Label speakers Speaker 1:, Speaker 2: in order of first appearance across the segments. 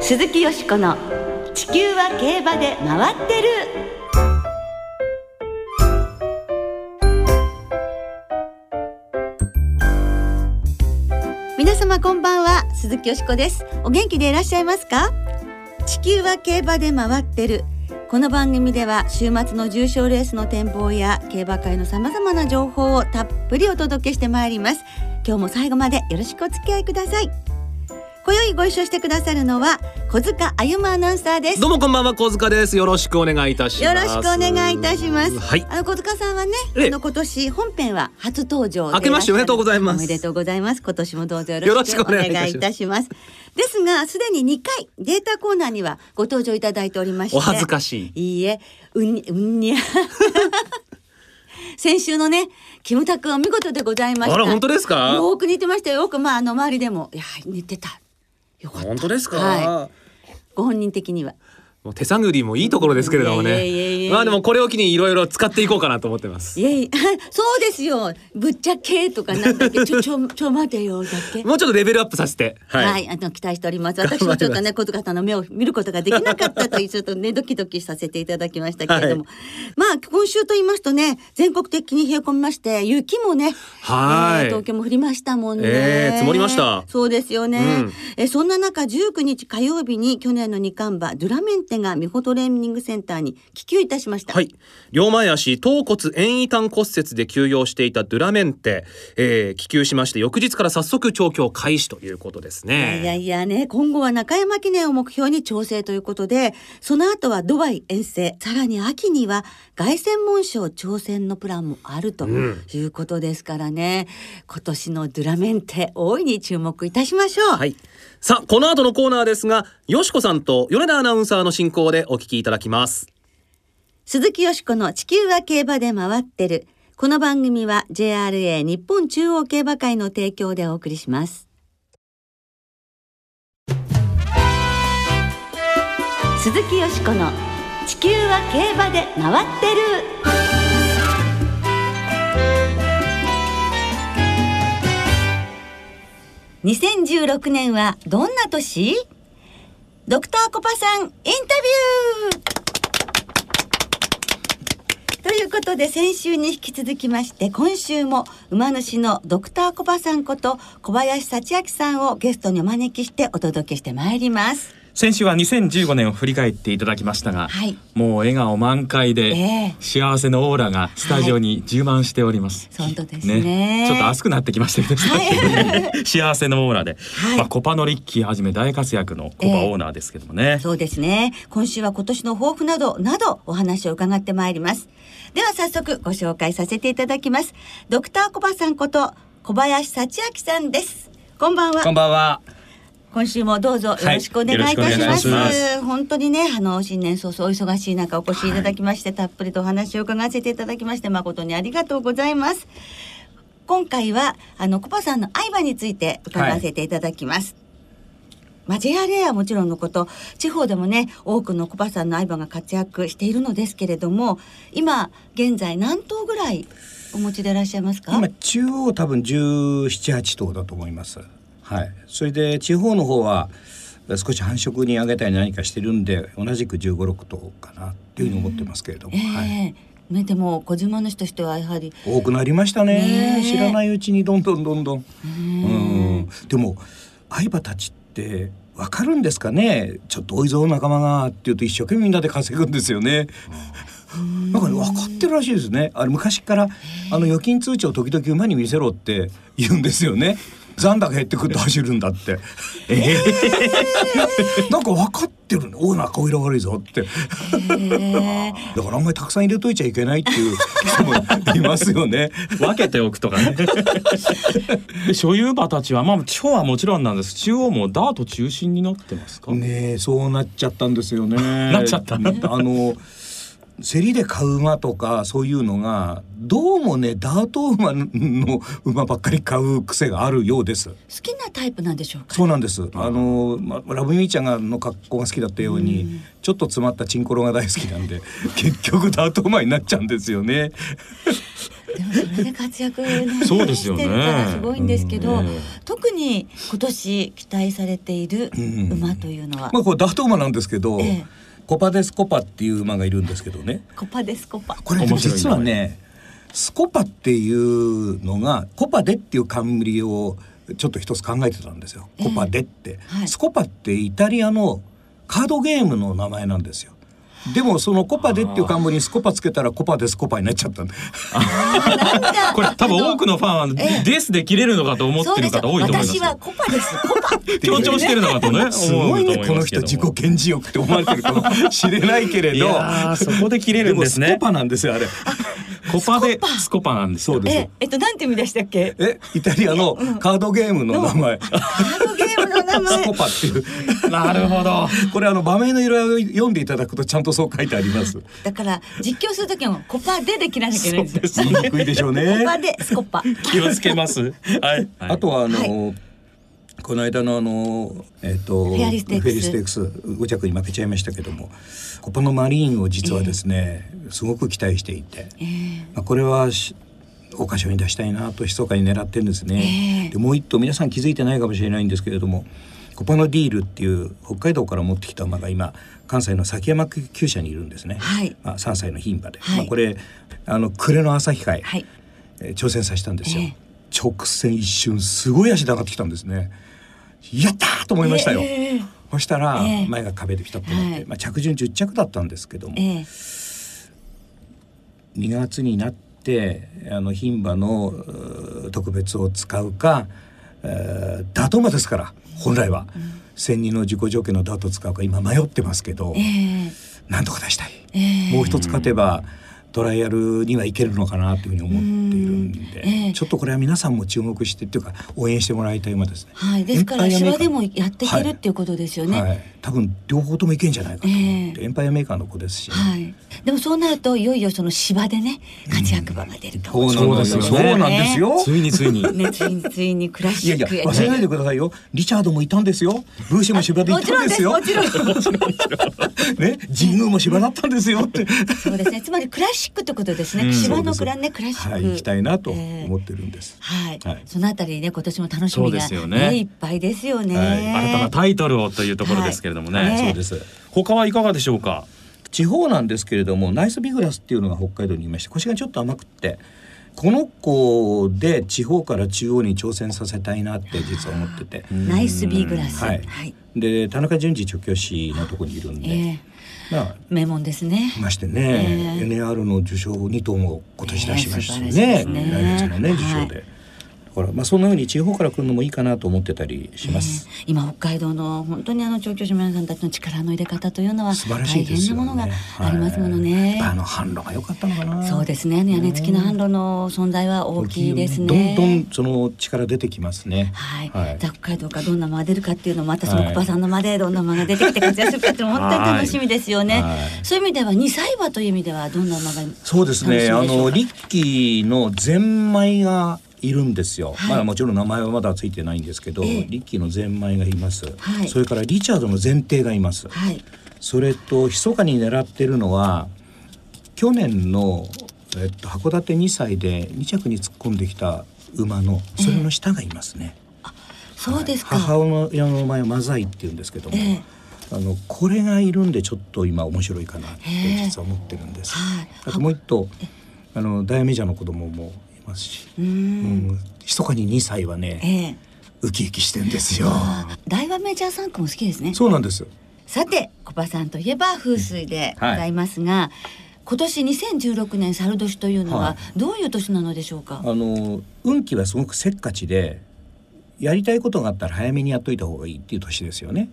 Speaker 1: 鈴木よしこの地球は競馬で回ってる皆様こんばんは鈴木よしこですお元気でいらっしゃいますか地球は競馬で回ってるこの番組では週末の重賞レースの展望や競馬会のさまざまな情報をたっぷりお届けしてまいります今日も最後までよろしくお付き合いください今宵ご一緒してくださるのは小塚歩アナウンサーです
Speaker 2: どうもこんばんは小塚ですよろしくお願いいたし
Speaker 1: よ
Speaker 2: ま
Speaker 1: ろ
Speaker 2: す
Speaker 1: しくお願いいたします。
Speaker 2: はい
Speaker 1: あの小塚さんはね、
Speaker 2: ええ
Speaker 1: あの今年本編は初登場でいらっしゃる。
Speaker 2: 明けましておめでとうございます
Speaker 1: おめでとうございます。今年もどうぞ
Speaker 2: よ
Speaker 1: よろ
Speaker 2: ろ
Speaker 1: し
Speaker 2: し
Speaker 1: く
Speaker 2: く
Speaker 1: お
Speaker 2: お
Speaker 1: 願
Speaker 2: 願
Speaker 1: い
Speaker 2: い
Speaker 1: い
Speaker 2: い
Speaker 1: た
Speaker 2: た
Speaker 1: し
Speaker 2: します
Speaker 1: ます。ですが、すでに2回データコーナーにはご登場いただいておりまして。
Speaker 2: お恥ずかし
Speaker 1: い。いいえ、うんに、うんにゃ。先週のね、キムタクは見事でございました。
Speaker 2: あら本当ですか
Speaker 1: よーく似てましたよ。よくまああの周りでも、いや似てた。よかった。
Speaker 2: 本当ですか、
Speaker 1: はご本人的には。
Speaker 2: もう手探りもいいところですけれども
Speaker 1: いえいえいえい
Speaker 2: ね
Speaker 1: え
Speaker 2: まあでもこれを機にいろいろ使っていこうかなと思ってます
Speaker 1: いやいや そうですよ。ぶっちゃけとかなんだっけ、ちょ、ちょ、ちょ、待てよ、だっけ。
Speaker 2: もうちょっとレベルアップさせて
Speaker 1: は、
Speaker 2: はいい、
Speaker 1: あの期待しております。私もちょっとね、小塚さんの目を見ることができなかったと いう、ちょっとね、ドキドキさせていただきましたけれども。まあ、今週と言いますとね、全国的に冷え込みまして、雪もね。
Speaker 2: はい
Speaker 1: えー東京も降りましたもんね。
Speaker 2: ええ積もりました
Speaker 1: そうですよね。
Speaker 2: うん
Speaker 1: え、そんな中、19日火曜日に、去年の二冠馬、ドゥラメンテが美穂トレーニングセンターに帰厩いたしました。
Speaker 2: はい両前足頭骨遠位端骨折で休養していたドゥラメンテ、えー、気球しまして翌日から早速調教開始ということです
Speaker 1: いや
Speaker 2: ね
Speaker 1: いやいやね、今後は中山記念を目標に調整ということで、その後はドバイ遠征、さらに秋には凱旋門賞挑戦のプランもあると
Speaker 2: うん
Speaker 1: いうことですからね、今年のドゥラメンテ、大いに注目いたしましょう。
Speaker 2: はい。さあ、この後のコーナーですが、よしこさんと米田アナウンサーの進行でお聞きいただきます。
Speaker 1: 鈴木よしこの地球は競馬で回ってる。この番組は JRA 日本中央競馬会の提供でお送りします。鈴木よしこの地球は競馬で回ってる。2016年はどんな年？ドクターコパさんインタビュー。ということで先週に引き続きまして今週も馬主のドクターコバさんこと小林幸明さんをゲストにお招きしてお届けしてまいります。
Speaker 3: 先週は2015年を振り返っていただきましたが、
Speaker 1: はい
Speaker 3: もう笑顔満開で、
Speaker 1: ええ
Speaker 3: 幸せのオーラがスタジオに充満しております。
Speaker 1: はいそうですね
Speaker 3: ちょっと熱くなってきましたけど、
Speaker 1: は
Speaker 3: 幸せのオーラで、
Speaker 1: はい
Speaker 3: まあコパのリッキーはじめ大活躍のコパオーナーですけどもね。
Speaker 1: そうですね。今週は今年の抱負など、などお話を伺ってまいります。では早速ご紹介させていただきます。ドクターコバさんこと小林幸明さんです。こんばんは。
Speaker 4: こんばんは。
Speaker 1: 今週もどうぞよろしくお願いいたし
Speaker 3: はいよ
Speaker 1: ま
Speaker 3: ろ
Speaker 1: す。
Speaker 3: しくお願いし
Speaker 1: 本当にね、あの新年早々お忙しい中お越しいただきまして、たっぷりとお話を伺わせていただきまして誠にありがとうございます。今回はあのコパさんの相場について伺わせていただきます。まあ、JRA はもちろんのこと地方でもね多くのコパさんの相場が活躍しているのですけれども今現在何頭ぐらいお持ちでいらっしゃいますか
Speaker 4: 今中央多分十七八頭だと思います。はい。それで地方の方は少し繁殖に上げたり何かしてるんで同じく十五六頭かなっていうふうに思ってますけれども、
Speaker 1: ええ
Speaker 4: はい。
Speaker 1: ね、でも小島主としてはやはり
Speaker 4: 多くなりましたね
Speaker 1: ねえ
Speaker 4: 知らないうちにどんどんどんどん。うん。でも相場たちって。わかるんですかねちょっと多いぞ仲間がっていうと一生懸命みんなで稼ぐんですよね。なんかね、分かってるらしいですね。あれ昔からあの預金通帳を時々馬に見せろって言うんですよね。残高減ってくると走るんだって。なんか分かってるね。オーナー顔色悪いぞって。だからあんまりたくさん入れといちゃいけないっていう人もいますよね。
Speaker 3: 分けておくとかね で所有馬たちはまあ地方はもちろんなんです中央もダート中心になってますか、
Speaker 4: ねえそうなっちゃったんですよね。
Speaker 3: なっちゃった
Speaker 4: あの競りで買う馬とかそういうのがどうもねダート馬の馬ばっかり買う癖があるようです。
Speaker 1: 好きなタイプなんでしょうか
Speaker 4: そうなんです。あの、まラブミーちゃんがの格好が好きだったように、ちょっと詰まったチンコロが大好きなんで、 結局ダート馬になっちゃうんですよね。
Speaker 1: でもそれで活躍、ね、
Speaker 3: そうですよね
Speaker 1: してるからすごいんですけど、
Speaker 3: うんね
Speaker 1: 特に今年期待されている
Speaker 4: ん
Speaker 1: 馬というのは、
Speaker 4: まあこれダート馬なんですけど、
Speaker 1: ええ
Speaker 4: コパデスコパっていう馬がいるんですけどね。
Speaker 1: コパですコパ
Speaker 4: これでも
Speaker 3: 面白い
Speaker 4: 実はね、スコパっていうのがコパデっていう冠をちょっと一つ考えてたんですよ。
Speaker 1: ええ
Speaker 4: コパデって、
Speaker 1: はい
Speaker 4: スコパってイタリアのカードゲームの名前なんですよ。でもそのコパデっていう冠にスコパつけたらコパデスコパになっちゃったんで。
Speaker 3: これ多分多くのファンは
Speaker 1: ええ
Speaker 3: ですで切れるのかと思っ
Speaker 1: そう
Speaker 3: て
Speaker 1: で
Speaker 3: る
Speaker 1: すよ
Speaker 3: 方多いと思います
Speaker 1: 私
Speaker 3: よ。
Speaker 1: はコパですコパ
Speaker 3: 強調してるの かとね。
Speaker 4: すご
Speaker 3: 思
Speaker 4: い
Speaker 3: うと思
Speaker 4: ねこ
Speaker 3: ま
Speaker 4: の
Speaker 3: すけど
Speaker 4: 人自己顕示欲って思われてるかもしれないけれ
Speaker 3: い
Speaker 4: ど
Speaker 3: やーそこで切れ
Speaker 4: で
Speaker 3: るん
Speaker 4: も
Speaker 3: です
Speaker 4: スコ
Speaker 3: ね。
Speaker 4: パなんですよあれ
Speaker 3: コパでスコパなんですよ。
Speaker 4: そうです
Speaker 1: ええっとなんて意味でしたっけ
Speaker 4: えイタリアのカードゲームの 名前
Speaker 1: カードゲームの名
Speaker 4: ス
Speaker 1: 前
Speaker 4: コパっていう
Speaker 3: なるほど。
Speaker 4: これあの場面の由来を読んでいただくとちゃんとそう書いてあり ます
Speaker 1: だから実況する時もコパでで切らなきゃいけないんですよ
Speaker 4: 言いにくいでしょう
Speaker 1: コ
Speaker 4: ね
Speaker 1: パでスコパ
Speaker 3: 気をつけます。はい。
Speaker 4: あとはあの、
Speaker 1: はい
Speaker 4: この間のあのえっ、と
Speaker 1: フェアリーステークス
Speaker 4: フェアーステークス5着に負けちゃいましたけどもコパのマリーンを実はですね、すごく期待していて、まあ、これはし桜花賞に出したいなと密かに狙ってるんですね、
Speaker 1: ええ
Speaker 4: でもう一頭皆さん気づいてないかもしれないんですけれどもコパのディールっていう北海道から持ってきた馬が今関西の崎山厩舎にいるんですね、
Speaker 1: はい
Speaker 4: まあ、3歳の牝馬で、
Speaker 1: はい
Speaker 4: まあ、これあの暮れの朝日会、
Speaker 1: はい
Speaker 4: えー挑戦させたんですよ、
Speaker 1: ええ
Speaker 4: 直線一瞬すごい足で上がってきたんですねやったーと思いましたよ、
Speaker 1: ええ
Speaker 4: そしたら
Speaker 1: ええ
Speaker 4: 前が壁でピタッとなって、
Speaker 1: はい
Speaker 4: まあ、着順10着だったんですけども、
Speaker 1: ええ
Speaker 4: 2月になってあの牝馬のうー特別を使うかえーダート馬ですから本来は、千人の自己条件のダートを使うか今迷ってますけど、
Speaker 1: ええ
Speaker 4: なんとか出したい、
Speaker 1: ええ
Speaker 4: もう一つ勝てばトライアルにはいけるのかなというふうに思っているんで、
Speaker 1: うんええ
Speaker 4: ちょっとこれは皆さんも注目してっていうか応援してもらいたい馬ですね。
Speaker 1: はいですから
Speaker 4: エンパイアメー
Speaker 1: 手
Speaker 4: カ
Speaker 1: 話で
Speaker 4: ー
Speaker 1: もやっていけるっていうことですよね、
Speaker 4: はい、多分両方ともいけんじゃないかと思って、
Speaker 1: え
Speaker 4: エンパイアメーカーの子ですし、
Speaker 1: はい。でもそうなるといよいよその芝でね活躍場が出るかもしれ
Speaker 3: そうなんですよね
Speaker 4: そうなんですよ。
Speaker 3: ついについに。
Speaker 1: ない。ね、ついについにクラ
Speaker 4: い
Speaker 1: シ
Speaker 4: やい
Speaker 1: ッ
Speaker 4: や
Speaker 1: クへ
Speaker 4: 忘れないでくださいよ。リチャードもいたんですよ。ブーシェも芝でい
Speaker 1: もち
Speaker 4: た
Speaker 1: ろ
Speaker 4: ん
Speaker 1: ん
Speaker 4: で
Speaker 1: ですす
Speaker 4: よ
Speaker 1: も。ちろん
Speaker 4: ね、神宮も芝だったんですよって。
Speaker 1: そうですねつまりクラシックってことですね、
Speaker 3: うん
Speaker 1: 芝の蔵ねクラシッ
Speaker 4: は
Speaker 1: ク
Speaker 4: い、行きたいなと思っ
Speaker 1: え
Speaker 4: てるんです
Speaker 1: え。はい、
Speaker 4: はい
Speaker 1: そのあたりね今年も楽しみ
Speaker 3: そうで
Speaker 1: が、
Speaker 3: すよね
Speaker 1: いっぱいですよね、
Speaker 4: はい
Speaker 3: 新たなタイトルをというところですけれどもね。
Speaker 1: はいええ
Speaker 4: そうです。
Speaker 3: 他はいかがでしょうか。
Speaker 4: 地方なんですけれどもナイスビグラスっていうのが北海道にいまして腰がちょっと甘くってこの子で地方から中央に挑戦させたいなって実は思ってて
Speaker 1: ナイスビーグラス
Speaker 4: はい
Speaker 1: はい、
Speaker 4: で田中淳二調教師のとこにいるんで、
Speaker 1: ええ
Speaker 4: まあ
Speaker 1: 名門ですね
Speaker 4: まして
Speaker 1: え
Speaker 4: ね、
Speaker 1: え
Speaker 4: NR の受賞2頭も今年出しましたよ
Speaker 1: ええ
Speaker 4: ね,、
Speaker 1: 素晴らしいですね
Speaker 4: 来月のね受賞で、
Speaker 1: は
Speaker 4: だからまあそんな風に地方から来るのもいいかなと思ってたりします、
Speaker 1: えー今北海道の本当にあの調教師の皆さんたちの力の入れ方というのは
Speaker 4: 素晴らし
Speaker 1: 大
Speaker 4: いで
Speaker 1: 変な
Speaker 4: すよ
Speaker 1: も
Speaker 4: ね
Speaker 1: のがありますものね。
Speaker 4: はいあの販路が良かったのかな
Speaker 1: そうですね。あの屋根付きの販路の存在は大きいですね。
Speaker 4: どんどんその力出てきますね。
Speaker 1: はい、
Speaker 4: はい
Speaker 1: 北海道がどんな間が出るかっていうのもまたその
Speaker 4: はい
Speaker 1: コパさんの間でどんな間が出てきて活躍するかっていうのも本当に楽しみですよね、
Speaker 4: はい
Speaker 1: そういう意味では二歳馬という意味ではどんな馬が
Speaker 4: そうですね。あ
Speaker 1: 楽しみでしょう
Speaker 4: の
Speaker 1: か
Speaker 4: リッキーのゼンマイがいるんですよ。
Speaker 1: はい
Speaker 4: まあもちろん名前はまだついてないんですけど、
Speaker 1: ええ
Speaker 4: リッキーのゼンマイがいます、
Speaker 1: はい
Speaker 4: それからリチャードの前提がいます。
Speaker 1: はい
Speaker 4: それと密かに狙ってるのは去年のえっと函館2歳で2着に突っ込んできた馬のそれの下がいますね。
Speaker 1: そうですか、
Speaker 4: 母親の名前はマザイって言うんですけども、
Speaker 1: ええ
Speaker 4: あのこれがいるんでちょっと今面白いかなって
Speaker 1: ええ
Speaker 4: 実は思ってるんです。
Speaker 1: はい
Speaker 4: あともう一頭あのダイアメジャーの子供もいますし、
Speaker 1: うー
Speaker 4: うんん、密かに2歳はね
Speaker 1: ええ
Speaker 4: ウキウキしてんですよ。
Speaker 1: ああ大和メジャー3区も好きですね
Speaker 4: そうなんです。
Speaker 1: さてコパさんといえば風水でございますが、今年2016年猿年というの
Speaker 4: は
Speaker 1: はどういう年なのでしょうか、
Speaker 4: あの運気はすごくせっかちでやりたいことがあったら早めにやっといた方がいいっていう年ですよね。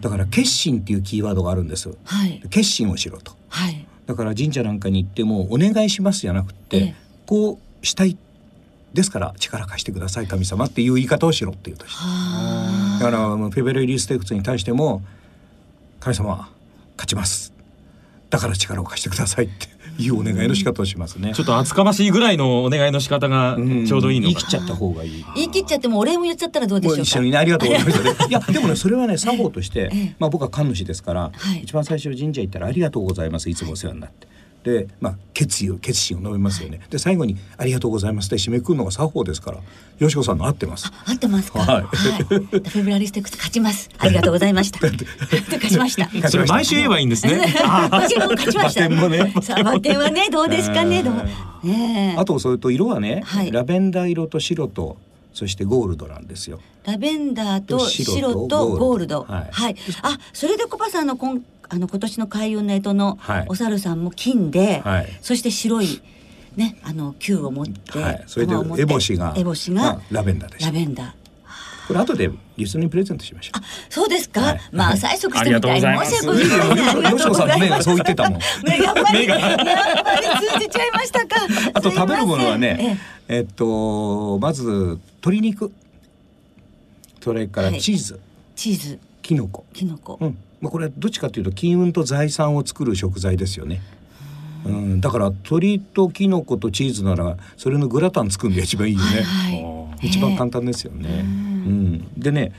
Speaker 4: だから決心っていうキーワードがあるんです。
Speaker 1: はい
Speaker 4: 決心をしろと。
Speaker 1: はい
Speaker 4: だから神社なんかに行っても「お願いします」じゃなくって、
Speaker 1: ええ
Speaker 4: こうしたいですから力貸してください神様っていう言い方をしろっていう年
Speaker 1: は
Speaker 4: だからあのフェベレリーステークスに対しても「神様勝ちます」だから力を貸してくださいっていうお願いの仕方をしますね。
Speaker 3: ちょっと厚かましいぐらいのお願いの仕方が
Speaker 4: ん
Speaker 3: ちょうどいいの
Speaker 4: 言い
Speaker 3: か
Speaker 4: 切っちゃった方がいい。
Speaker 1: 言い切っちゃってもお礼も言っちゃったらどうでし
Speaker 4: も
Speaker 1: ょう
Speaker 4: う
Speaker 1: か。
Speaker 4: 一緒にねありがとうございました ね。いやでもねそれはね作法とし
Speaker 1: え
Speaker 4: て、
Speaker 1: え
Speaker 4: まあ僕は神主ですから、
Speaker 1: はい
Speaker 4: 一番最初神社行ったらありがとうございますいつもお世話になって。でまあ、決意を決心を述べますよね、で最後に「ありがとうございます」で締めくくるのが作法ですからよしこさんの合ってます
Speaker 1: 合ってますか。は。
Speaker 4: はいい
Speaker 1: フェブラリステックス勝ちます。ありがとうございま した。勝ちました。
Speaker 3: それ毎週言えばいいんですね
Speaker 1: 私も勝ちました。
Speaker 4: 馬券もね
Speaker 1: さあ馬券はねどうですかね。でもねえ
Speaker 4: あとそれと色はね、
Speaker 1: はい
Speaker 4: ラベンダー色と白とそしてゴールドなんですよ。
Speaker 1: ラベンダーと白とゴールド。
Speaker 4: はい
Speaker 1: はい。あそれでコパさんのこんあの今年の開運の干支の
Speaker 4: はい
Speaker 1: お猿さんも金で
Speaker 4: はい、
Speaker 1: そして白いねあの球を持って、
Speaker 4: はい、それで
Speaker 1: 玉を持って
Speaker 4: エボシが
Speaker 1: エボシ
Speaker 4: ま
Speaker 1: が
Speaker 4: あラベンダーでし
Speaker 1: ラ
Speaker 4: た。
Speaker 1: ベンダー。
Speaker 4: これ後でリスナーにプレゼントしましょう
Speaker 1: あ。そうですか、
Speaker 4: はい
Speaker 1: まあ催促してみたいに申し訳ございませんありがとうございます。
Speaker 4: よしこさんの目がそう言ってたもん。
Speaker 1: ねやっぱりやっぱり通じちゃいましたか。
Speaker 4: あと
Speaker 1: すいま
Speaker 4: 食
Speaker 1: せん
Speaker 4: べるものはね、、えっとまず鶏肉、それからチーズ、
Speaker 1: えチーズ、
Speaker 4: きのこ、
Speaker 1: キノコ
Speaker 4: う、ん、まあこれはどっちかというと金運と財産を作る食材ですよね。うん、だから鶏ときのことチーズならそれのグラタン作るのが一番いいよね。
Speaker 1: は
Speaker 4: 一番簡単ですよね。うん、でね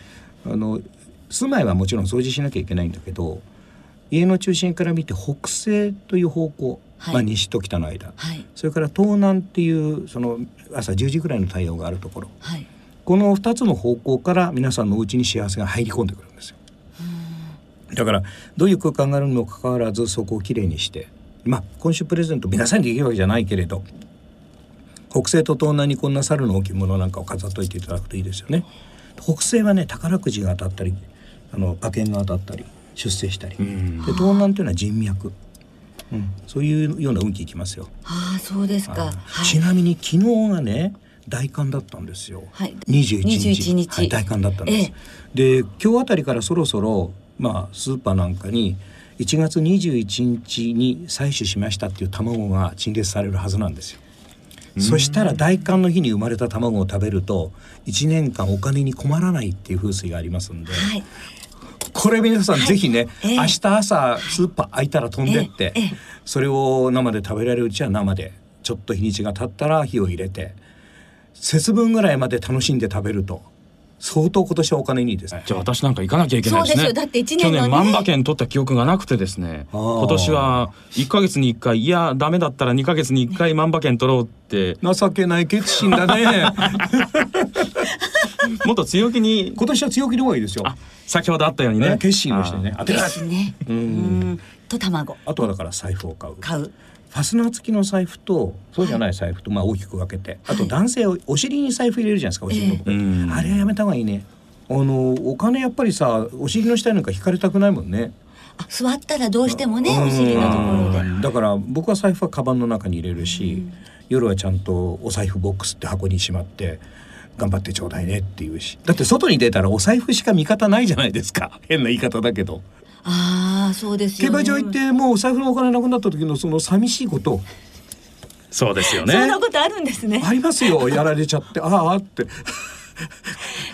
Speaker 4: あの住まいはもちろん掃除しなきゃいけないんだけど家の中心から見て北西という方向、
Speaker 1: はい
Speaker 4: まあ、西と北の間
Speaker 1: はい
Speaker 4: それから東南っていうその朝10時くらいの太陽があるところ
Speaker 1: はい。
Speaker 4: この2つの方向から皆さんのお家に幸せが入り込んでくるんですよ。だからどういう空間があるにもかかわらずそこをきれいにしてまあ今週プレゼント皆さんにできるわけじゃないけれど北西と東南にこんな猿の置物なんかを飾っといていただくといいですよね。北西はね宝くじが当たったりあの馬券が当たったり出世したり、で東南というのは人脈、うん、そういうような運気いきますよ。
Speaker 1: ああそうですか。は
Speaker 4: ち
Speaker 1: い。
Speaker 4: なみに昨日がね大寒だったんですよ。
Speaker 1: はい
Speaker 4: 二十
Speaker 1: 21日
Speaker 4: 一日、はい、大寒だったんです。で今日あたりからそろそろまあスーパーなんかに1月21日に採取しましたっていう卵が陳列されるはずなんですよ。そしたら大寒の日に生まれた卵を食べると1年間お金に困らないっていう風水がありますんで、
Speaker 1: はい。
Speaker 4: これ皆さんぜひね、
Speaker 1: ええ
Speaker 4: 明日朝スーパー開いたら飛んでって、
Speaker 1: ええええ
Speaker 4: それを生で食べられるうちは生でちょっと日にちが経ったら火を入れて節分ぐらいまで楽しんで食べると相当今年はお金にいいですね。
Speaker 3: じゃあ私なんか行かなきゃいけないですね。
Speaker 1: そうですよだって一年の
Speaker 3: 去
Speaker 1: ね
Speaker 3: 年万馬券取った記憶がなくてですね。
Speaker 4: あー
Speaker 3: 今年は一ヶ月に一回いやダメだったら二ヶ月に一回万馬券取ろうって
Speaker 4: 情けない決心だ ね。
Speaker 3: もっと強気に
Speaker 4: 今年は強気の方がいいですよ。
Speaker 3: あ先ほどあったようにね
Speaker 4: ね、決心をしてね。当てる
Speaker 1: ですね。うん。と卵
Speaker 4: あとはだから財布を買う。フ
Speaker 1: 買う。
Speaker 4: ァスナー付きの財布とそうじゃない財布とまあ大きく分けて、あと男性をお尻に財布入れるじゃないですかお尻の部分、
Speaker 3: うん
Speaker 4: あれはやめた方がいいね。あのお金やっぱりさお尻の下になんか引かれたくないもんね。
Speaker 1: あ座ったらどうしてもね
Speaker 4: うん
Speaker 1: お尻のところで。
Speaker 4: だから僕は財布はカバンの中に入れるし、夜はちゃんとお財布ボックスって箱にしまって頑張ってちょうだいねっていうしだって外に出たらお財布しか味方ないじゃないですか変な言い方だけど
Speaker 1: ああそうです
Speaker 4: 競
Speaker 1: よ、ね。
Speaker 4: 馬場行ってもうお財布のお金なくなった時のその寂しいこと
Speaker 3: そうですよね。
Speaker 1: そんなことあるんですね。
Speaker 4: ありま すよやられちゃってああって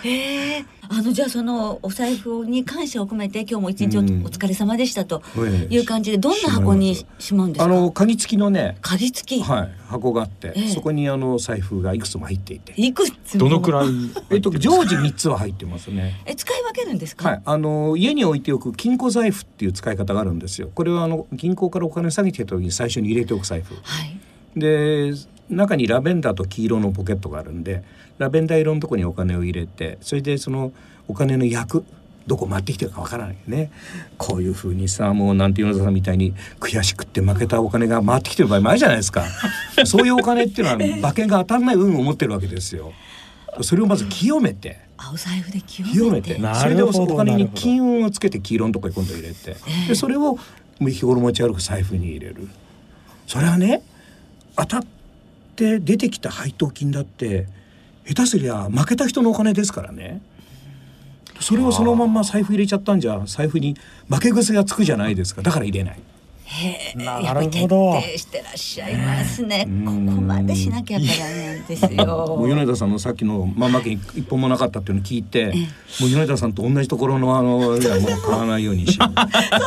Speaker 1: へえ。あのじゃあそのお財布に感謝を込めて今日も一日お,、
Speaker 4: うん
Speaker 1: 疲れ様でしたと
Speaker 4: ええ
Speaker 1: いう感じでどんな箱にししまうんですか。
Speaker 4: あの鍵付きのね、
Speaker 1: 鍵付き、
Speaker 4: はい、箱があって、
Speaker 1: ええ
Speaker 4: そこにあの財布がいくつも入っていて、
Speaker 1: い、くつも
Speaker 3: どのくら い？
Speaker 4: えっと、常時3つは入ってます ね。
Speaker 1: え使い分けるんですか、
Speaker 4: はい、あの家に置いておく金庫財布っていう使い方があるんですよ。これはあの銀行からお金下げてきた時に最初に入れておく財布。
Speaker 1: はい
Speaker 4: で中にラベンダーと黄色のポケットがあるんでラベンダー色のとこにお金を入れてそれでそのお金の役どこ回ってきてるかわからないよねこういうふうにさもうなんていうのさんみたいに悔しくって負けたお金が回ってきてる場合もあるじゃないですかそういうお金っていうのは馬券が当たんない運を持ってるわけですよそれをまず清めて
Speaker 1: あお財布で清めて
Speaker 4: 清めて
Speaker 3: なるほど
Speaker 4: それでお金
Speaker 3: なる
Speaker 4: に
Speaker 3: ほど
Speaker 4: 金運をつけて黄色のとこに今度入れてでそれを日頃持ち歩く財布に入れるそれはね当たって出てきた配当金だって下手すりゃ負けた人のお金ですからねそれをそのまんま財布入れちゃったんじゃ財布に負け癖がつくじゃないですかだから入れない
Speaker 1: へえ
Speaker 3: な
Speaker 1: やっぱり
Speaker 3: なるほど
Speaker 1: 徹底してらっしゃいますね。ここまでしなきゃやっぱダメなんです
Speaker 4: もう
Speaker 1: よ。
Speaker 4: 米田さんのさっきのまんま券一本もなかったっていうのを聞いて、もう米田さんと同じところのあのいやもう買わないようにしよう。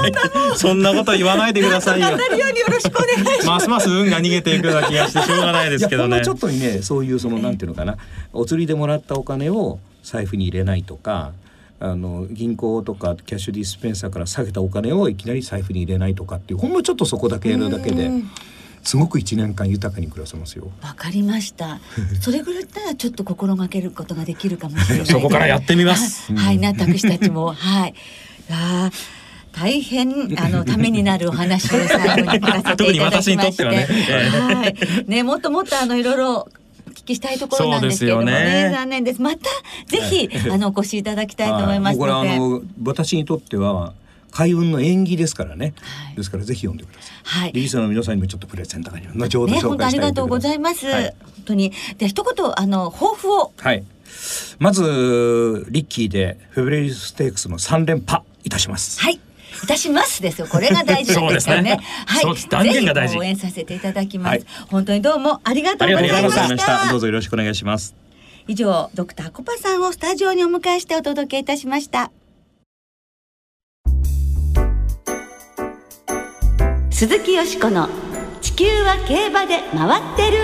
Speaker 3: そんなこと言わないでくださいよ。
Speaker 1: なるようによろしくお願いします。
Speaker 3: ますます運が逃げていくような気がしてしょうがないですけど
Speaker 4: い
Speaker 3: ね
Speaker 4: やほんのちょっとにねそういうそのなんていうのかなお釣りでもらったお金を財布に入れないとかあの銀行とかキャッシュディスペンサーから下げたお金をいきなり財布に入れないとかっていうほんのちょっとそこだけやるだけですごく1年間豊かに暮らせますよ。
Speaker 1: わかりま した。それぐらいだったらちょっと心がけることができるかもしれない。
Speaker 3: そこからやってみます。
Speaker 1: はい、なった私たちも、はい。あー大変あのためになるお話を最後に聞かせていただきまして、
Speaker 3: 特に私にとってはね
Speaker 1: はい、ねもっともっとあのいろいろお聞きしたいところなんですけれどもね
Speaker 3: そうですよね
Speaker 1: 残念です。またぜひあのお越しいただきたいと思います
Speaker 4: も
Speaker 1: の
Speaker 4: うこ
Speaker 1: で、は
Speaker 4: れはあの私にとっては開運の縁起ですからね、
Speaker 1: はい
Speaker 4: ですからぜひ読んでください。
Speaker 1: い。
Speaker 4: リリーさんの皆さんにもちょっとプレゼントがあります。後ほど
Speaker 1: ね、
Speaker 4: 紹
Speaker 1: 本当
Speaker 4: 介
Speaker 1: あ
Speaker 4: した
Speaker 1: り
Speaker 4: い
Speaker 1: がとうございます。
Speaker 4: は
Speaker 1: 本当に。で、一言、あの、抱負を。
Speaker 4: はい。まずリッキーでフェブレリーステークスの三連覇いたします。
Speaker 1: はい。いたしますですよ。これが大事なんですよ
Speaker 3: そう
Speaker 1: ね
Speaker 3: ですね。
Speaker 1: は
Speaker 3: そう
Speaker 1: い。
Speaker 3: です断言が大事
Speaker 1: ぜひ応援させていただきます。
Speaker 4: はい
Speaker 1: 本当にどうもありがとうござい
Speaker 3: ありがと
Speaker 1: ま
Speaker 3: うござい
Speaker 1: し
Speaker 3: ま
Speaker 1: た
Speaker 4: どう。ぞよろしくお願いします。
Speaker 1: 以上、ドクターコパさんをスタジオにお迎えしてお届けいたしました。鈴木よしこの地球は競馬で回ってる。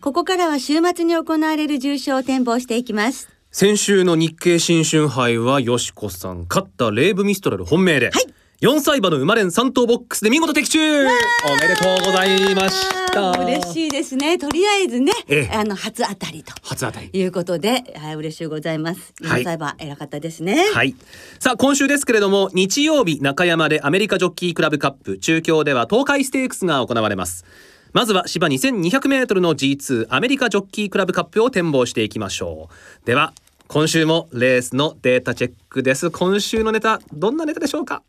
Speaker 1: ここからは週末に行われる重賞を展望していきます。
Speaker 2: 先週の日経新春杯はよしこさん勝ったレイブミストラル本命で、
Speaker 1: はい
Speaker 2: 4歳馬の生まれん3頭ボックスで見事的中おめでとうございました
Speaker 1: 嬉
Speaker 2: い
Speaker 1: しいですね。とりあえずね
Speaker 2: ええ、
Speaker 1: あの初当たりと
Speaker 2: 初当たり
Speaker 1: いうことで、はい、嬉しいございます。
Speaker 2: はい
Speaker 1: 4歳馬偉かったですね。
Speaker 2: はい。さあ、今週ですけれども、日曜日、中山でアメリカジョッキークラブカップ、中京では東海ステークスが行われます。まずは芝2200メートルの G2 アメリカジョッキークラブカップを展望していきましょう。では、今週もレースのデータチェックです。今週のネタ、どんなネタでしょうか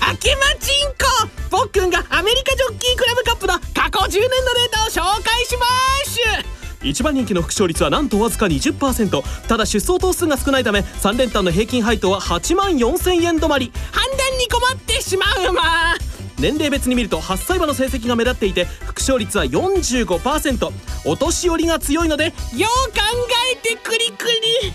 Speaker 2: あけまちんこぼっくんがアメリカジョッキークラブカップの過去10年のデータを紹介します一番人気の副勝率はなんとわずか20%ただ出走頭数が少ないため3連単の平均配当は8万4000円止まり判断に困ってしまうま年齢別に見ると8歳馬の成績が目立っていて副勝率は45%お年寄りが強いのでよう考えてくりくり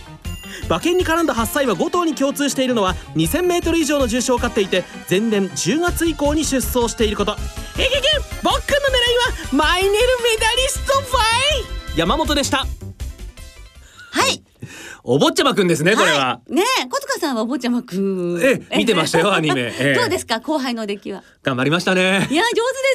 Speaker 2: 馬券に絡んだ8歳は5頭に共通しているのは 2000m 以上の重賞を勝っていて前年10月以降に出走していることえげげ僕の狙いはマイネルメダリストファイ山本でした
Speaker 1: はい。
Speaker 2: お坊ちゃまくんですねこれは、
Speaker 1: い、ねえ小塚さんはお坊ちゃまくん
Speaker 2: ええ見てましたよア ニメええ
Speaker 1: どうですか後輩の出来は
Speaker 2: 頑張りましたね
Speaker 1: いや上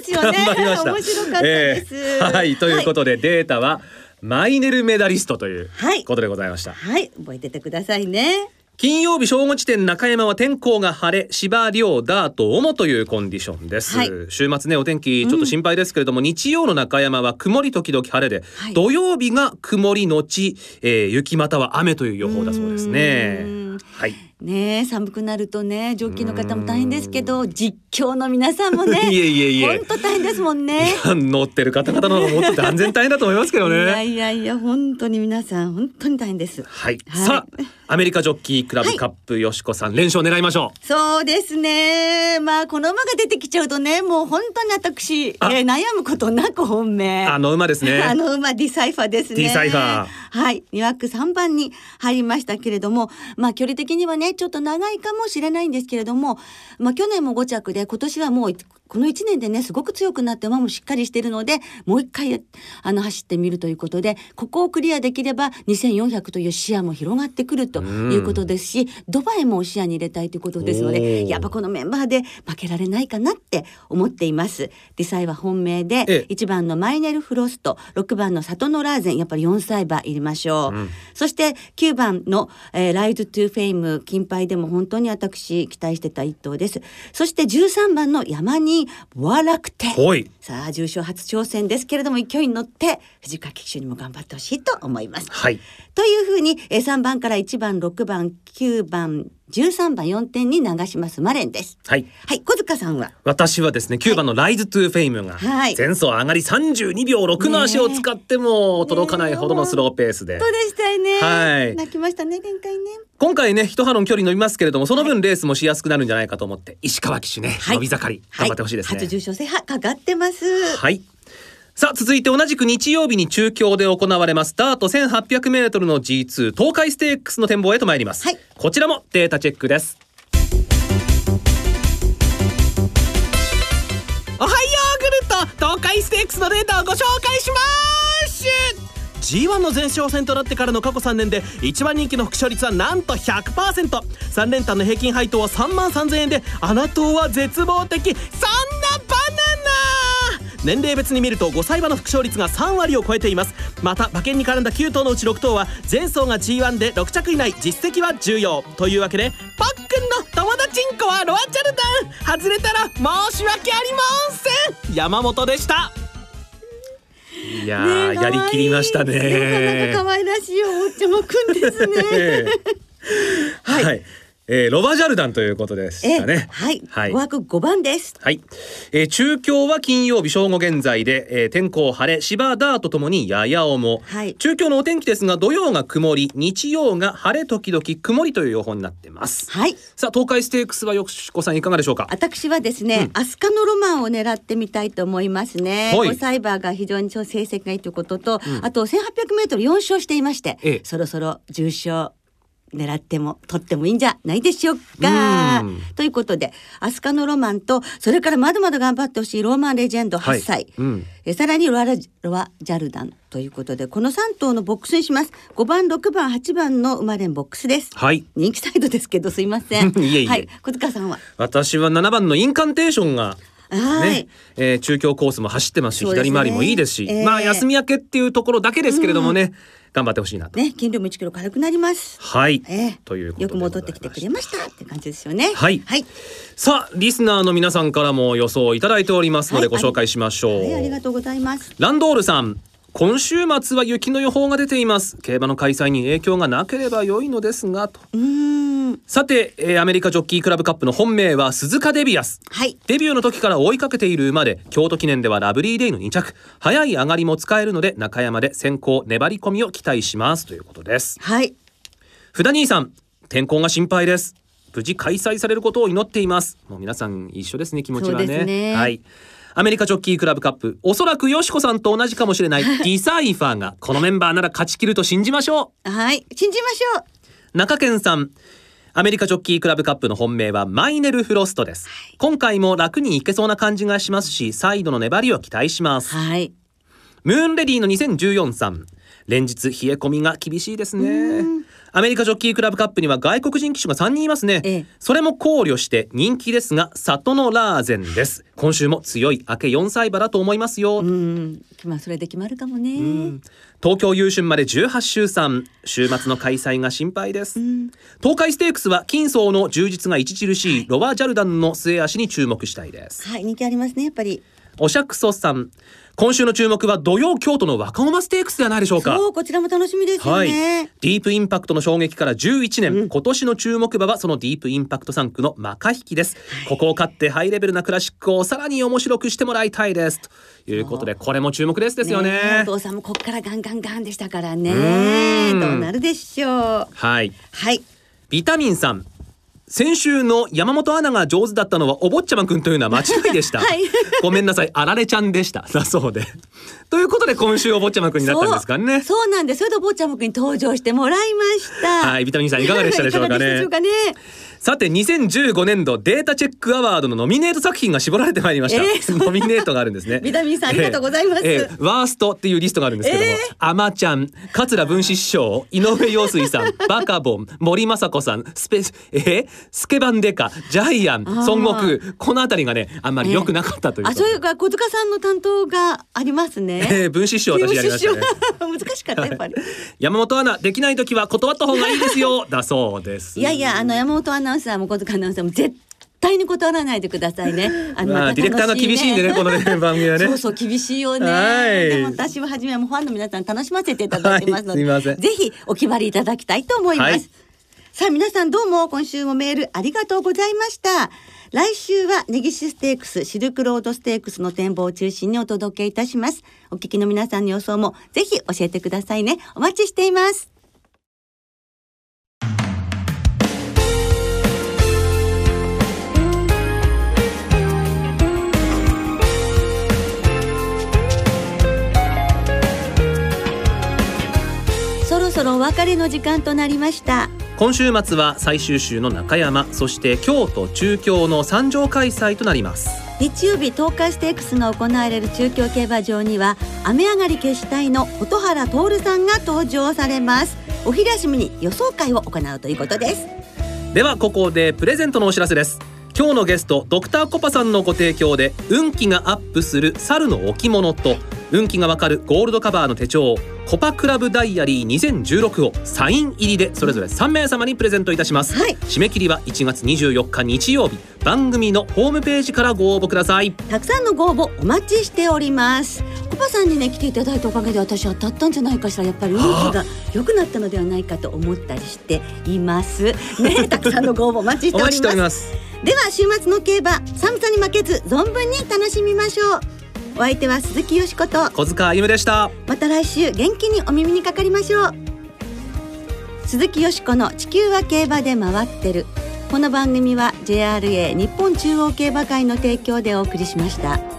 Speaker 1: 手ですよね
Speaker 2: 頑張りました
Speaker 1: 面白かったです、
Speaker 2: えーはいということで、データはマイネルメダリストという
Speaker 1: はい
Speaker 2: ことでございました、
Speaker 1: はい、はい、覚えててくださいね
Speaker 2: 金曜日正午時点中山は天候が晴れ芝涼ダート主というコンディションです、
Speaker 1: はい
Speaker 2: 週末ねお天気ちょっと心配ですけれども、日曜の中山は曇り時々晴れで、
Speaker 1: はい
Speaker 2: 土曜日が曇り後、えー雪または雨という予報だそうですね
Speaker 1: うーん
Speaker 2: はい
Speaker 1: ねえ寒くなるとね上級の方も大変ですけど実況の皆さんもね
Speaker 2: いえいえいえ
Speaker 1: 本当大変ですもんね
Speaker 2: 乗ってる方々の方がもっと断然大変だと思いますけ ど
Speaker 1: いや
Speaker 2: ね
Speaker 1: いやいや本当に皆さん本当に大変です
Speaker 2: はい、
Speaker 1: はい
Speaker 2: さあアメリカジョッキークラブカップ、よしこさん連勝狙いましょう
Speaker 1: そうですねまあこの馬が出てきちゃうとねもう本当に私、え
Speaker 2: あ
Speaker 1: ー悩むことなく本命
Speaker 2: あの馬です
Speaker 1: あ
Speaker 2: ね
Speaker 1: の馬ディサイファーですね。
Speaker 2: ディサイファー
Speaker 1: はい、2枠3番に入りましたけれども、まあ距離的にはね、ちょっと長いかもしれないんですけれども、まあ去年も5着で、今年はもうこの1年でね、すごく強くなって馬もしっかりしてるので、もう一回あの走ってみるということで、ここをクリアできれば2400という視野も広がってくるということですし、ドバイも視野に入れたいということですの
Speaker 2: お
Speaker 1: で、
Speaker 2: ー
Speaker 1: やっぱこのメンバーで負けられないかなって思っています。ディサイは本命で、
Speaker 2: ええ
Speaker 1: 1番のマイネル・フロスト6番のサトノラーゼンやっぱり4歳馬いりましょう、そして9番の、えーライズ・トゥ・フェイム金牌でも本当に私期待してた一頭ですそして13番のヤマニ人和楽天
Speaker 2: ほい
Speaker 1: さあ重賞初挑戦ですけれども勢いに乗って藤川騎手にも頑張ってほしいと思います。
Speaker 2: はい
Speaker 1: というふうにえー3番から1番6番9番13番4点に流しますマレンです。
Speaker 2: はい
Speaker 1: はい小塚さんは
Speaker 2: 私はですね9番の「ライズ・トゥ・フェイム」が
Speaker 1: はい
Speaker 2: 前走上がり32秒6の足を使っても届かないほどのスローペースで
Speaker 1: そうでしたよね。
Speaker 2: はい
Speaker 1: 泣きましたね前回ね。
Speaker 2: 今回ね一波論距離伸びますけれどもその分レースもしやすくなるんじゃないかと思って石川騎手ね
Speaker 1: はい
Speaker 2: 伸び盛り頑張ってほしいですね
Speaker 1: は初重賞制覇かかってます。
Speaker 2: はい。さあ、続いて同じく日曜日に中京で行われます、ダート1800メートルの G2 東海ステークスの展望へと参ります。
Speaker 1: はい
Speaker 2: こちらもデータチェックです。おはようグルト東海ステークスのデータをご紹介します G1 の前哨戦となってからの過去3年で一番人気の副勝率はなんと 100%3 連単の平均配当は3万3000円で穴党は絶望的そんなバナナ年齢別に見ると5歳馬の副勝率が3割を超えていますまた馬券に絡んだ9頭のうち6頭は前走が G1 で6着以内実績は重要というわけでパックンの友達んこはロアチャルダン外れたら申し訳ありません山本でしたいやー
Speaker 1: ねえ
Speaker 2: やりきりました
Speaker 1: 可愛いな
Speaker 2: ね
Speaker 1: かなか可愛らしいおもちゃもくんです ね。
Speaker 2: はい、えーロバジャルダンということでしたね
Speaker 1: はい、
Speaker 2: はい
Speaker 1: 5枠5番です。
Speaker 2: はい、えー中京は金曜日正午現在で、えー天候晴れ芝ダートともにやや重、
Speaker 1: はい
Speaker 2: 中京のお天気ですが土曜が曇り日曜が晴れ時々曇りという予報になってます
Speaker 1: はい。
Speaker 2: さあ東海ステークスはよしこさんいかがでしょうか
Speaker 1: 私はですね、アスカのロマンを狙ってみたいと思いますね。
Speaker 2: はい
Speaker 1: おサイバーが非常に成績がいいということと、あと1800メートル4勝していまして、
Speaker 2: ええ
Speaker 1: そろそろ重賞狙っても取ってもいいんじゃないでしょうか
Speaker 2: うん。
Speaker 1: ということで、アスカのロマンと、それからまだまだ頑張ってほしいローマンレジェンド
Speaker 2: は
Speaker 1: 8
Speaker 2: い
Speaker 1: 歳、
Speaker 2: うん
Speaker 1: えさらにロアラジロアジャルダンということで、この3頭のボックスにします。5番、6番、8番の馬連ボックスです。
Speaker 2: はい。
Speaker 1: 人気サイドですけど、すいません
Speaker 2: いえいえ
Speaker 1: はい、小塚さんは。
Speaker 2: 私は7番のインカンテーションが
Speaker 1: はい、
Speaker 2: ねえー中京コースも走ってますし
Speaker 1: そうですね
Speaker 2: 左回りもいいですし、
Speaker 1: えー
Speaker 2: まあ休み明けっていうところだけですけれどもね、頑張ってほしいなと。
Speaker 1: ね、筋量も1キロ軽くなります。
Speaker 2: はい、
Speaker 1: ええ、
Speaker 2: ということで
Speaker 1: よく戻ってきてくれましたって感じですよね。
Speaker 2: はい
Speaker 1: はい、
Speaker 2: さあリスナーの皆さんからも予想をいただいておりますの
Speaker 1: は
Speaker 2: で
Speaker 1: い
Speaker 2: ご紹介しましょう、
Speaker 1: はいありがとうございます。
Speaker 2: ランドールさん今週末は雪の予報が出ています競馬の開催に影響がなければ良いのですがと
Speaker 1: うーん、
Speaker 2: さて、えーアメリカジョッキークラブカップの本命は鈴鹿デビアス
Speaker 1: はい、
Speaker 2: デビューの時から追いかけている馬で京都記念ではラブリーデイの2着早い上がりも使えるので中山で先行粘り込みを期待しますということです
Speaker 1: はい、
Speaker 2: ふだ兄さん天候が心配です無事開催されることを祈っていますもう皆さん一緒ですね気持ちは
Speaker 1: そう
Speaker 2: ね
Speaker 1: ですね
Speaker 2: はいアメリカジョッキークラブカップおそらくよしこさんと同じかもし れないディサイファーがこのメンバーなら勝ち切ると信じましょ
Speaker 1: はい、信じましょう。
Speaker 2: う中堅さんアメリカジョッキークラブカップの本命はマイネル・フロストです、今回も楽にいけそうな感じがしますしサイドの粘りを期待します
Speaker 1: はい、
Speaker 2: ムーンレディの2014さん連日冷え込みが厳しいですねアメリカジョッキークラブカップには外国人騎手が3人いますね、
Speaker 1: ええ
Speaker 2: それも考慮して人気ですが里のラーゼンです今週も強い明け4歳馬だと思いますよ、
Speaker 1: うーん、まあそれで決まるかもね。
Speaker 2: 東京優春まで18週3週末の開催が心配です、東海ステークスは金層の充実が著しいロワ・ジャルダンの末足に注目したいです
Speaker 1: はい、人気ありますね、やっぱり。
Speaker 2: おしゃくそさん今週の注目は土曜京都の若馬ステークスではないでしょうか
Speaker 1: そう、こちらも楽しみですよ
Speaker 2: はい、
Speaker 1: ね
Speaker 2: デ。ィープインパクトの衝撃から11年、今年の注目馬はそのディープインパクト3区のマカヒキです、ここを勝ってハイレベルなクラシックをさらに面白くしてもらいたいですということでこれも注目ですですよね
Speaker 1: えお父さんもこっからガンガンガンでしたから
Speaker 2: う
Speaker 1: ね。
Speaker 2: ん
Speaker 1: どうなるでしょう。
Speaker 2: はい
Speaker 1: はい、
Speaker 2: ビタミンさん先週の山本アナが上手だったのはお坊ちゃまくんというのは間違いでした、
Speaker 1: はい
Speaker 2: ごめんなさいあられちゃんでしただそうでということで今週お坊ちゃまくんになったんですかね
Speaker 1: そうそうなんです。それでお坊ちゃまくんに登場してもらいました。
Speaker 2: はいビタミンさんいかがでしたでしょうか
Speaker 1: いかがで
Speaker 2: ね
Speaker 1: しかね
Speaker 2: さて2015年度データチェックアワードのノミネート作品が絞られてまいりました、
Speaker 1: えーそんな
Speaker 2: ノミネートがあるんですね
Speaker 1: ビタミンさんありがとうございます
Speaker 2: ワーストっていうリストがあるんですけども、あまちゃん桂文枝師匠井上陽 水さんバカボン森雅子さんスペえースケバンデカジャイアン孫悟空このあたりがねあんまり良くなかったというこ
Speaker 1: あ、
Speaker 2: と
Speaker 1: そ
Speaker 2: で
Speaker 1: ういうか小塚さんの担当がありますね。
Speaker 2: えー文枝師匠私やりましたね
Speaker 1: 難しかったやっぱり。
Speaker 2: 山本アナできな い時は断った方がいいですよだそうです
Speaker 1: いやいやあの山本アナウンサーも小塚アナウンサーも絶対に断らないでくださいね。あ
Speaker 2: まあ、
Speaker 1: また楽しいね
Speaker 2: ディレクターの厳しいんでねこのね 番組はね
Speaker 1: そうそう厳しいよね。
Speaker 2: はい
Speaker 1: でも私は初めはもうファンの皆さん楽しませていただいてますので、
Speaker 2: はいすいません
Speaker 1: ぜひお決まりいただきたいと思います。
Speaker 2: はい
Speaker 1: さあ皆さんどうも今週もメールありがとうございました。来週はネギシステークス、シルクロードステークスの展望を中心にお届けいたします。お聞きの皆さんの予想もぜひ教えてくださいね。お待ちしています。そろそろお別れの時間となりました。
Speaker 2: 今週末は最終週の中山そして京都中京の三条開催となります
Speaker 1: 日曜日東海ステークスが行われる中京競馬場には雨上がり決死隊の蛍原徹さんが登場されますお昼休みに予想会を行うということです
Speaker 2: ではここでプレゼントのお知らせです今日のゲストドクターコパさんのご提供で運気がアップする猿の置物と運気がわかるゴールドカバーの手帳コパクラブダイアリー2016をサイン入りでそれぞれ3名様にプレゼントいたします、
Speaker 1: はい
Speaker 2: 締め切りは1月24日日曜日番組のホームページからご応募ください
Speaker 1: たくさんのご応募お待ちしておりますコパさんにね来ていただいたおかげで私当たったんじゃないかしらやっぱり運気が良くなったのではないかと思ったりしていますね たくさんのご応募お待ちして
Speaker 2: お
Speaker 1: おりま
Speaker 2: 待ち
Speaker 1: す
Speaker 2: しております
Speaker 1: では週末の競馬寒さに負けず存分に楽しみましょうお相手は鈴木よしこと
Speaker 2: 小塚あゆむでした
Speaker 1: また来週元気にお耳にかかりましょう鈴木よしこの地球は競馬で回ってるこの番組は JRA 日本中央競馬会の提供でお送りしました。